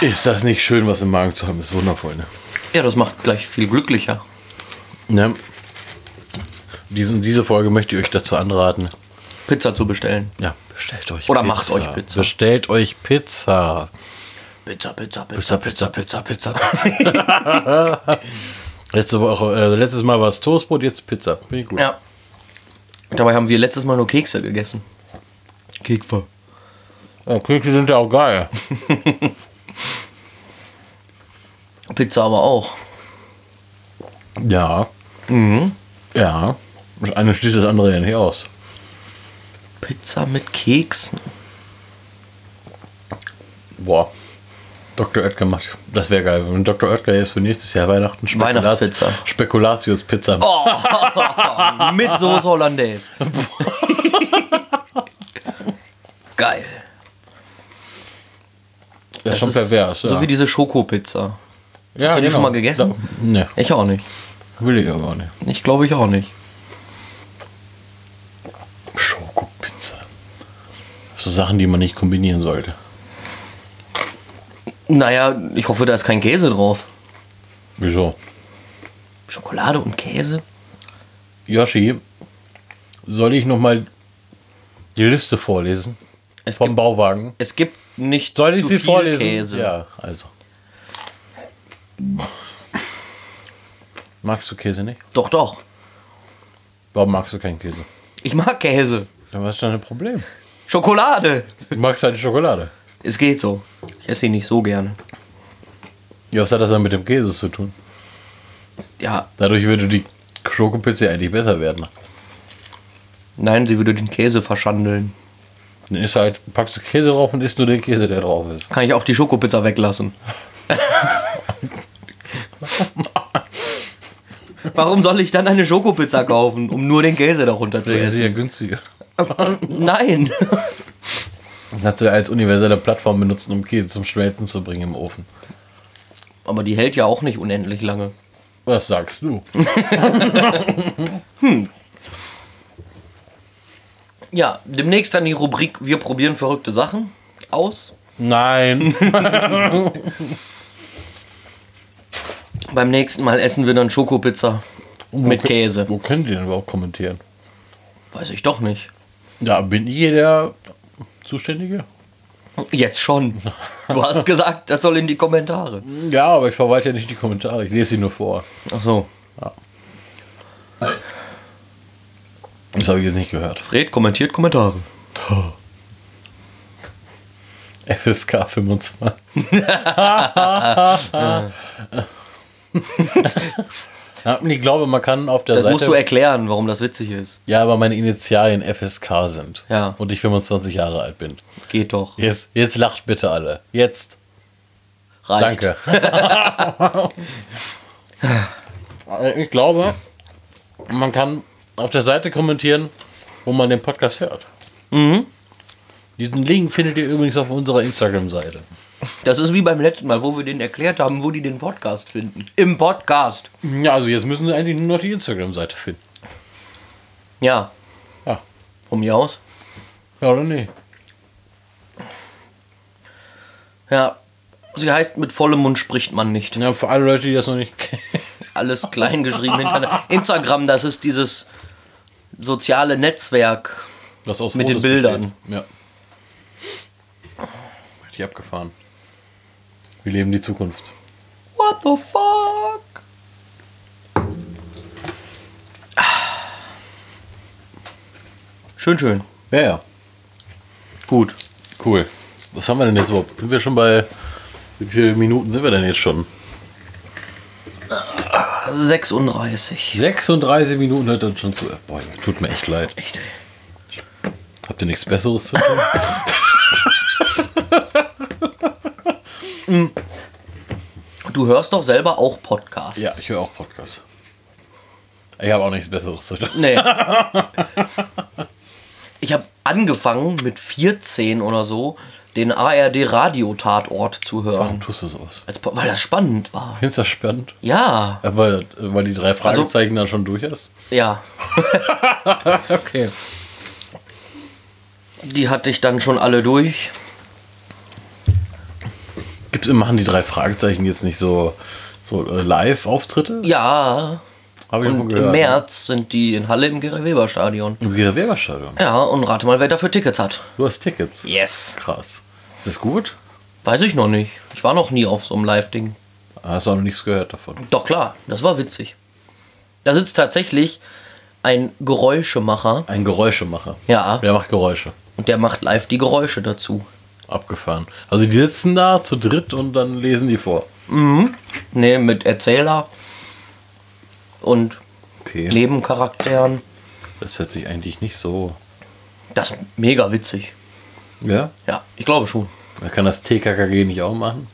B: Ist das nicht schön, was im Magen zu haben? Ist wundervoll, ne?
A: Ja, das macht gleich viel glücklicher.
B: ne? Diesen, diese Folge möchte ich euch dazu anraten.
A: Pizza zu bestellen.
B: Ja, bestellt euch
A: Oder macht euch Pizza.
B: Bestellt euch Pizza.
A: Pizza, Pizza,
B: Pizza, Pizza, Pizza, Pizza. Letzte Woche, äh, letztes Mal war es Toastbrot, jetzt Pizza. Finde ich gut.
A: Ja. Dabei haben wir letztes Mal nur Kekse gegessen. Kekfer.
B: Ja, Kekse sind ja auch geil.
A: Pizza aber auch.
B: Ja.
A: Mhm.
B: Ja. Das eine schließt das andere ja nicht aus.
A: Pizza mit Keksen.
B: Boah. Dr. Oetker macht. Das wäre geil. Wenn Dr. Oetker jetzt für nächstes Jahr Weihnachten
A: Weihnachtspizza. Oh,
B: Spekulatius-Pizza macht.
A: Mit Soße Hollandaise. Geil.
B: das ist schon pervers.
A: So wie diese Schokopizza.
B: ja,
A: hast du die schon mal gegessen?
B: Da, nee,
A: Ich auch nicht.
B: will ich aber auch nicht.
A: Ich glaube, ich auch nicht.
B: Schokopizza. So Sachen, die man nicht kombinieren sollte.
A: Naja, ich hoffe, da ist kein Käse drauf.
B: Wieso?
A: Schokolade und Käse?
B: Yoshi, soll ich nochmal die Liste vorlesen?
A: Es
B: vom
A: gibt-
B: Bauwagen.
A: Es gibt nicht
B: Soll ich
A: zu
B: sie
A: viel
B: vorlesen?
A: Käse.
B: Ja, also. Magst du Käse nicht?
A: Doch, doch.
B: Warum magst du keinen Käse?
A: Ich mag Käse.
B: Dann was ist dein Problem?
A: Schokolade.
B: Du magst halt die Schokolade.
A: Es geht so. Ich esse ihn nicht so gerne.
B: Ja, was hat das dann mit dem Käse zu tun?
A: Ja,
B: Dadurch würde die Schokopizza eigentlich besser werden.
A: Nein, sie würde den Käse verschandeln.
B: Dann Ist halt, packst du Käse drauf und isst nur den Käse, der drauf ist.
A: Kann ich auch die Schokopizza weglassen. Warum soll ich dann eine Schokopizza kaufen, um nur den Käse darunter zu
B: Der ist
A: essen? Ähm,
B: ja günstiger.
A: Nein.
B: Das kannst du ja als universelle Plattform benutzen, um Käse zum Schmelzen zu bringen im Ofen.
A: Aber die hält ja auch nicht unendlich lange.
B: Was sagst du?
A: Ja, demnächst dann die Rubrik Wir probieren verrückte Sachen aus.
B: Nein.
A: Beim nächsten Mal essen wir dann Schokopizza mit
B: Wo-
A: Käse.
B: Wo könnt ihr denn überhaupt kommentieren?
A: Weiß ich doch nicht.
B: Da bin ich der Zuständige.
A: Jetzt schon. Du hast gesagt, das soll in die Kommentare.
B: Ja, aber ich verwalte ja nicht die Kommentare, ich lese sie nur vor.
A: Ach so.
B: Das habe ich jetzt nicht gehört.
A: Fred kommentiert Kommentare.
B: FSK 25. Ja, ich glaube, man kann auf der
A: Das
B: Seite.
A: Also musst du erklären, warum das witzig ist.
B: ja, aber meine Initialien FSK sind.
A: Ja.
B: Und ich 25 Jahre alt bin.
A: Geht doch.
B: Jetzt, jetzt lacht bitte alle. Jetzt.
A: Reicht.
B: Danke. ich glaube, man kann auf der Seite kommentieren, wo man den Podcast hört. Mhm. Diesen Link findet ihr übrigens auf unserer Instagram-Seite.
A: Das ist wie beim letzten Mal, wo wir denen erklärt haben, wo die den Podcast finden. Im Podcast.
B: Ja, also jetzt müssen sie eigentlich nur noch die Instagram-Seite finden.
A: Ja,
B: Ja.
A: von mir aus.
B: Ja oder nee?
A: Ja. Sie heißt, mit vollem Mund spricht man nicht.
B: Ja, für alle Leute, die das noch nicht kennen.
A: Alles klein geschrieben hintereinander. Instagram, das ist dieses soziale Netzwerk.
B: Das aus
A: Mit den
B: Fotos
A: Bildern.
B: besteht. Ja. Richtig abgefahren. Wir leben die Zukunft.
A: What the fuck? Ah. Schön, schön.
B: Ja, ja.
A: Gut.
B: Cool. Was haben wir denn jetzt überhaupt? Sind wir schon bei. Wie viele Minuten sind wir denn jetzt schon?
A: 36.
B: 36 Minuten hört dann schon zu. Boah, tut mir echt leid.
A: Echt, ey.
B: Habt ihr nichts Besseres zu tun?
A: Du hörst doch selber auch Podcasts.
B: ja, ich höre auch Podcasts. Ich habe auch nichts Besseres zu tun.
A: Nee. Ich habe angefangen mit 14 oder so den ARD Radiotatort zu hören,
B: Warum tust du sowas?
A: als, Po- weil das spannend war.
B: Findest du das spannend?
A: Ja,
B: Aber weil die
A: Also-
B: drei Fragezeichen dann schon durch ist?
A: ja.
B: Okay.
A: Die hatte ich dann schon alle durch.
B: Gibt's, machen die drei Fragezeichen jetzt nicht so, so äh, Live-Auftritte?
A: Ja.
B: Habe ich schon
A: Und im März sind die in Halle im Gerhard-Weber-Stadion.
B: Im Gera-Weber-Stadion.
A: Ja, und rate mal, wer dafür Tickets hat.
B: Du hast Tickets.
A: Yes.
B: Krass. Ist das gut?
A: Weiß ich noch nicht. Ich war noch nie auf so einem Live-Ding.
B: Hast du auch noch nichts gehört davon.
A: Doch klar, das war witzig. Da sitzt tatsächlich ein Geräuschemacher.
B: Ein Geräuschemacher.
A: Ja.
B: Der macht Geräusche.
A: Und der macht live die Geräusche dazu.
B: Abgefahren. Also die sitzen da zu dritt und dann lesen die vor.
A: Nee, Ne, mit Erzähler und
B: Okay.
A: Nebencharakteren.
B: Das hört sich eigentlich nicht so.
A: Das ist mega witzig.
B: Ja?
A: Ja, ich glaube schon.
B: Man kann das TKKG nicht auch machen?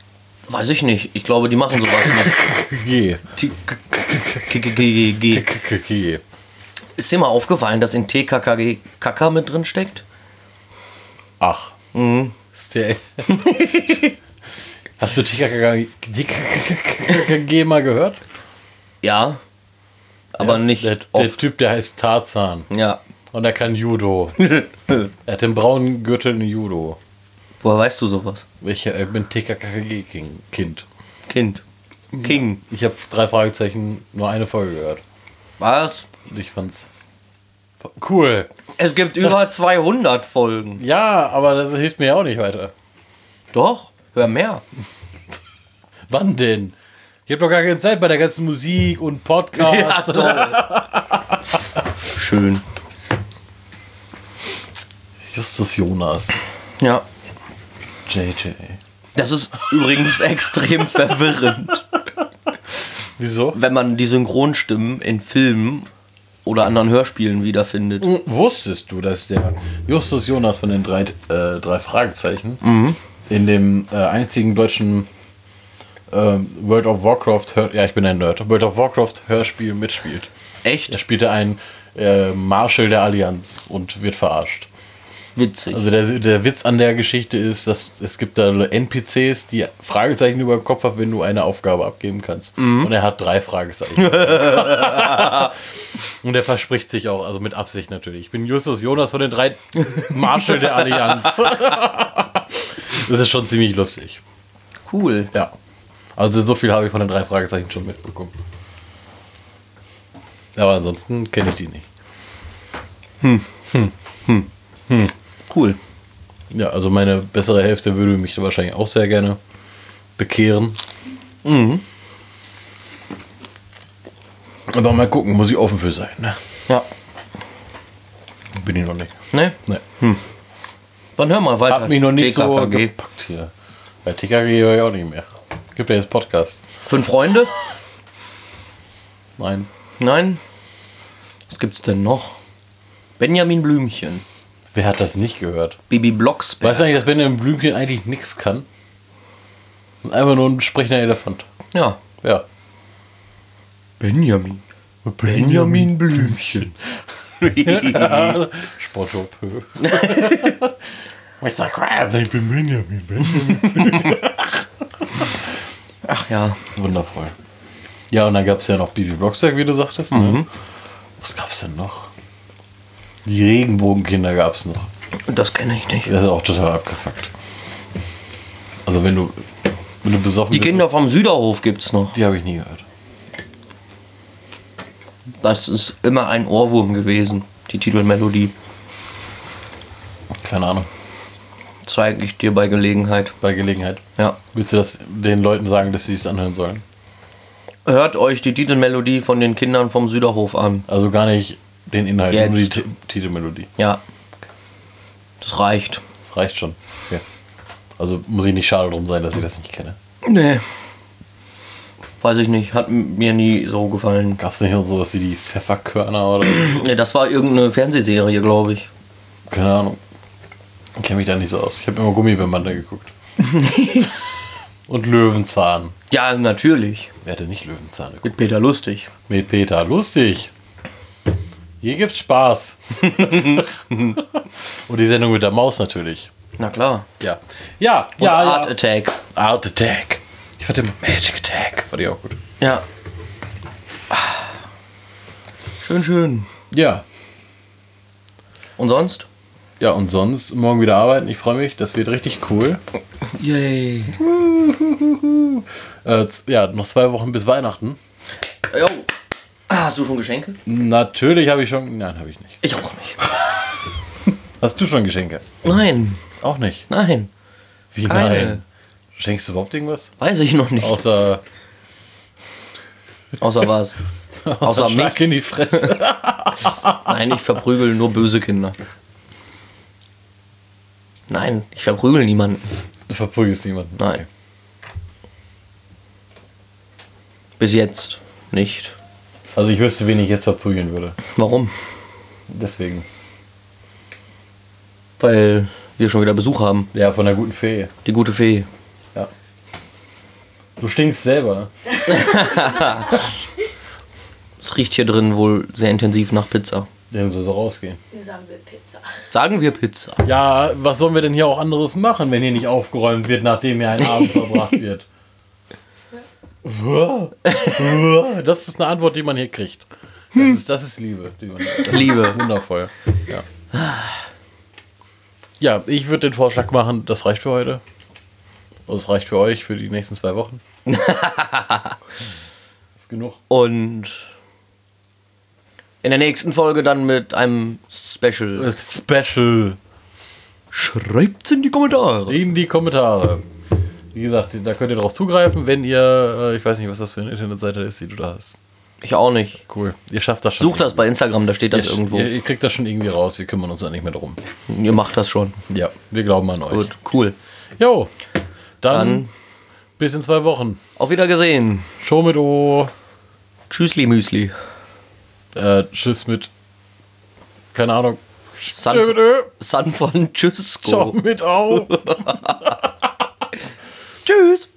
A: Weiß ich nicht. Ich glaube, die machen sowas nicht.
B: KKG.
A: Die- G- G- G- G- G.
B: TKKG.
A: Ist dir mal aufgefallen, dass in TKKG Kaka mit drin steckt?
B: Ach.
A: Mhm.
B: Ist der. Hast du TKKG TKKG mal gehört?
A: Ja. Aber nicht
B: Der, der
A: oft.
B: Typ, der heißt Tarzan.
A: Ja.
B: Und er kann Judo. Er hat den braunen Gürtel in Judo.
A: Woher weißt du sowas?
B: Ich äh, bin TKKG-Kind.
A: Kind. King.
B: Ich habe drei Fragezeichen nur eine Folge gehört.
A: Was?
B: Und ich fand's cool.
A: Es gibt über 200 Folgen.
B: Ja, aber das hilft mir ja auch nicht weiter.
A: Doch, hör mehr.
B: Wann denn? Ich habe doch gar keine Zeit bei der ganzen Musik und Podcast.
A: Schön.
B: Justus Jonas.
A: Ja.
B: JJ.
A: Das ist übrigens extrem verwirrend,
B: Wieso?
A: wenn man die Synchronstimmen in Filmen oder anderen Hörspielen wiederfindet.
B: Wusstest du, dass der Justus Jonas von den drei, äh, drei Fragezeichen in dem äh, einzigen deutschen ähm, World of Warcraft, Hör ja ich bin ein Nerd, World of Warcraft Hörspiel mitspielt?
A: Echt?
B: Er spielte einen äh, Marshal der Allianz und wird verarscht.
A: Witzig.
B: Also der, der Witz an der Geschichte ist, dass es gibt da NPCs, die Fragezeichen über dem Kopf haben, wenn du eine Aufgabe abgeben kannst. Und er hat drei Fragezeichen. Und er verspricht sich auch, also mit Absicht natürlich. Ich bin Justus Jonas von den drei Marshall der Allianz. das ist schon ziemlich lustig.
A: cool.
B: Ja. Also so viel habe ich von den drei Fragezeichen schon mitbekommen. Aber ansonsten kenne ich die nicht.
A: Cool.
B: Ja, also meine bessere Hälfte würde mich wahrscheinlich auch sehr gerne bekehren. Aber mal gucken, muss ich offen für sein. Ne?
A: Ja.
B: Bin ich noch nicht.
A: Ne?
B: Nee.
A: Dann hör mal weiter.
B: Hat mich noch nicht so
A: TKKG.
B: gepackt hier. Bei TKG höre ich auch nicht mehr. Gibt ja jetzt Podcast.
A: Fünf Freunde?
B: Nein.
A: Nein. Was gibt's denn noch? Benjamin Blümchen.
B: Wer hat das nicht gehört?
A: Bibi Blocksberg.
B: Weißt du eigentlich, dass Benjamin Blümchen eigentlich nichts kann? Einfach nur ein sprechender Elefant.
A: Ja.
B: Ja.
A: Benjamin.
B: Benjamin
A: Blümchen.
B: Sportjob. Mr. Krabs, ich bin Benjamin.
A: Ach ja.
B: Wundervoll. Ja, und dann gab es ja noch Bibi Blocksberg, wie du sagtest.
A: Mhm.
B: Ne? Was gab es denn noch? Die Regenbogenkinder gab es noch.
A: Das kenne ich nicht.
B: Das ist auch total abgefuckt. Also wenn du, wenn du besoffen
A: Die
B: bist,
A: Kinder vom Süderhof gibt's noch.
B: die habe ich nie gehört.
A: Das ist immer ein Ohrwurm gewesen, die Titelmelodie.
B: Keine Ahnung.
A: Zeige ich dir bei Gelegenheit.
B: Bei Gelegenheit.
A: Ja.
B: Willst du das den Leuten sagen, dass sie es anhören sollen?
A: Hört euch die Titelmelodie von den Kindern vom Süderhof an.
B: Also gar nicht den Inhalt, nur die
A: Jetzt.
B: Ti- Titelmelodie.
A: Ja. Das reicht.
B: Das reicht schon. Okay. Also muss ich nicht schade drum sein, dass ich das nicht kenne.
A: Nee. Weiß ich nicht. Hat m- mir nie so gefallen.
B: Gab es nicht noch sowas wie die Pfefferkörner oder so?
A: Ja, das war irgendeine Fernsehserie, glaube ich.
B: Keine Ahnung. Ich kenne mich da nicht so aus. Ich habe immer Gummibänder geguckt. Und Löwenzahn.
A: Ja, natürlich.
B: Wer hätte nicht Löwenzahn geguckt?
A: Mit Peter Lustig.
B: Mit Peter, lustig. Hier gibt's Spaß. Und die Sendung mit der Maus natürlich.
A: Na klar.
B: Ja. Ja,
A: Und
B: ja.
A: Art
B: ja.
A: Attack.
B: Art Attack. Ich fand den Magic Attack. Fand ich auch gut.
A: Ja. Schön, schön.
B: Ja.
A: Und sonst?
B: Ja, und sonst morgen wieder arbeiten. Ich freue mich. Das wird richtig cool.
A: Yay.
B: Äh, z- ja, noch zwei Wochen bis Weihnachten.
A: Jo. Ah, Hast du schon Geschenke?
B: Natürlich habe ich schon. Nein, habe ich nicht.
A: Ich auch nicht.
B: Hast du schon Geschenke?
A: Nein,
B: Auch nicht.
A: nein.
B: Wie
A: Keine.
B: nein? Schenkst du überhaupt irgendwas?
A: Weiß ich noch nicht.
B: Außer,
A: Außer was? Außer
B: außer
A: mich.
B: Schlag in die Fresse.
A: Nein, ich verprügel nur böse Kinder. Nein, ich verprügel niemanden.
B: du verprügelst niemanden.
A: Nein. Bis jetzt nicht.
B: Also ich wüsste, wen ich jetzt verprügeln würde.
A: Warum?
B: Deswegen.
A: Weil wir schon wieder Besuch haben.
B: Ja, von der guten Fee.
A: Die gute Fee.
B: Ja. Du stinkst selber. ne?
A: Es riecht hier drin wohl sehr intensiv nach Pizza.
B: Dann soll sie rausgehen.
C: Sagen wir Pizza.
A: Sagen wir Pizza.
B: Ja, was sollen wir denn hier auch anderes machen, wenn hier nicht aufgeräumt wird, nachdem hier ein Abend verbracht wird? Uah, uah, Das ist eine Antwort, die man hier kriegt. Das ist, das ist Liebe. Die man, das
A: Liebe.
B: Ist wundervoll. Ja. ja, ich würde den Vorschlag machen, das reicht für heute. Das reicht für euch für die nächsten zwei Wochen. ist genug.
A: Und in der nächsten Folge dann mit einem Special.
B: Special.
A: Schreibt's in die Kommentare.
B: in die Kommentare. Wie gesagt, da könnt ihr drauf zugreifen, wenn ihr, äh, ich weiß nicht, was das für eine Internetseite ist, die du da hast.
A: Ich auch nicht.
B: Cool. Ihr schafft das schon.
A: Sucht das bei Instagram, da steht das
B: ihr,
A: irgendwo.
B: Ihr, ihr kriegt das schon irgendwie raus, wir kümmern uns da nicht mehr drum.
A: Ihr macht das schon.
B: Ja, wir glauben an euch.
A: Gut, cool.
B: Jo, dann,
A: Dann-
B: bis in zwei Wochen.
A: Auf Wiedersehen.
B: Show mit O.
A: Tschüssli Müsli.
B: Äh, tschüss mit. Keine Ahnung.
A: San,
B: Tschö,
A: San Francisco.
B: Ciao mit auf.
A: Tschüss.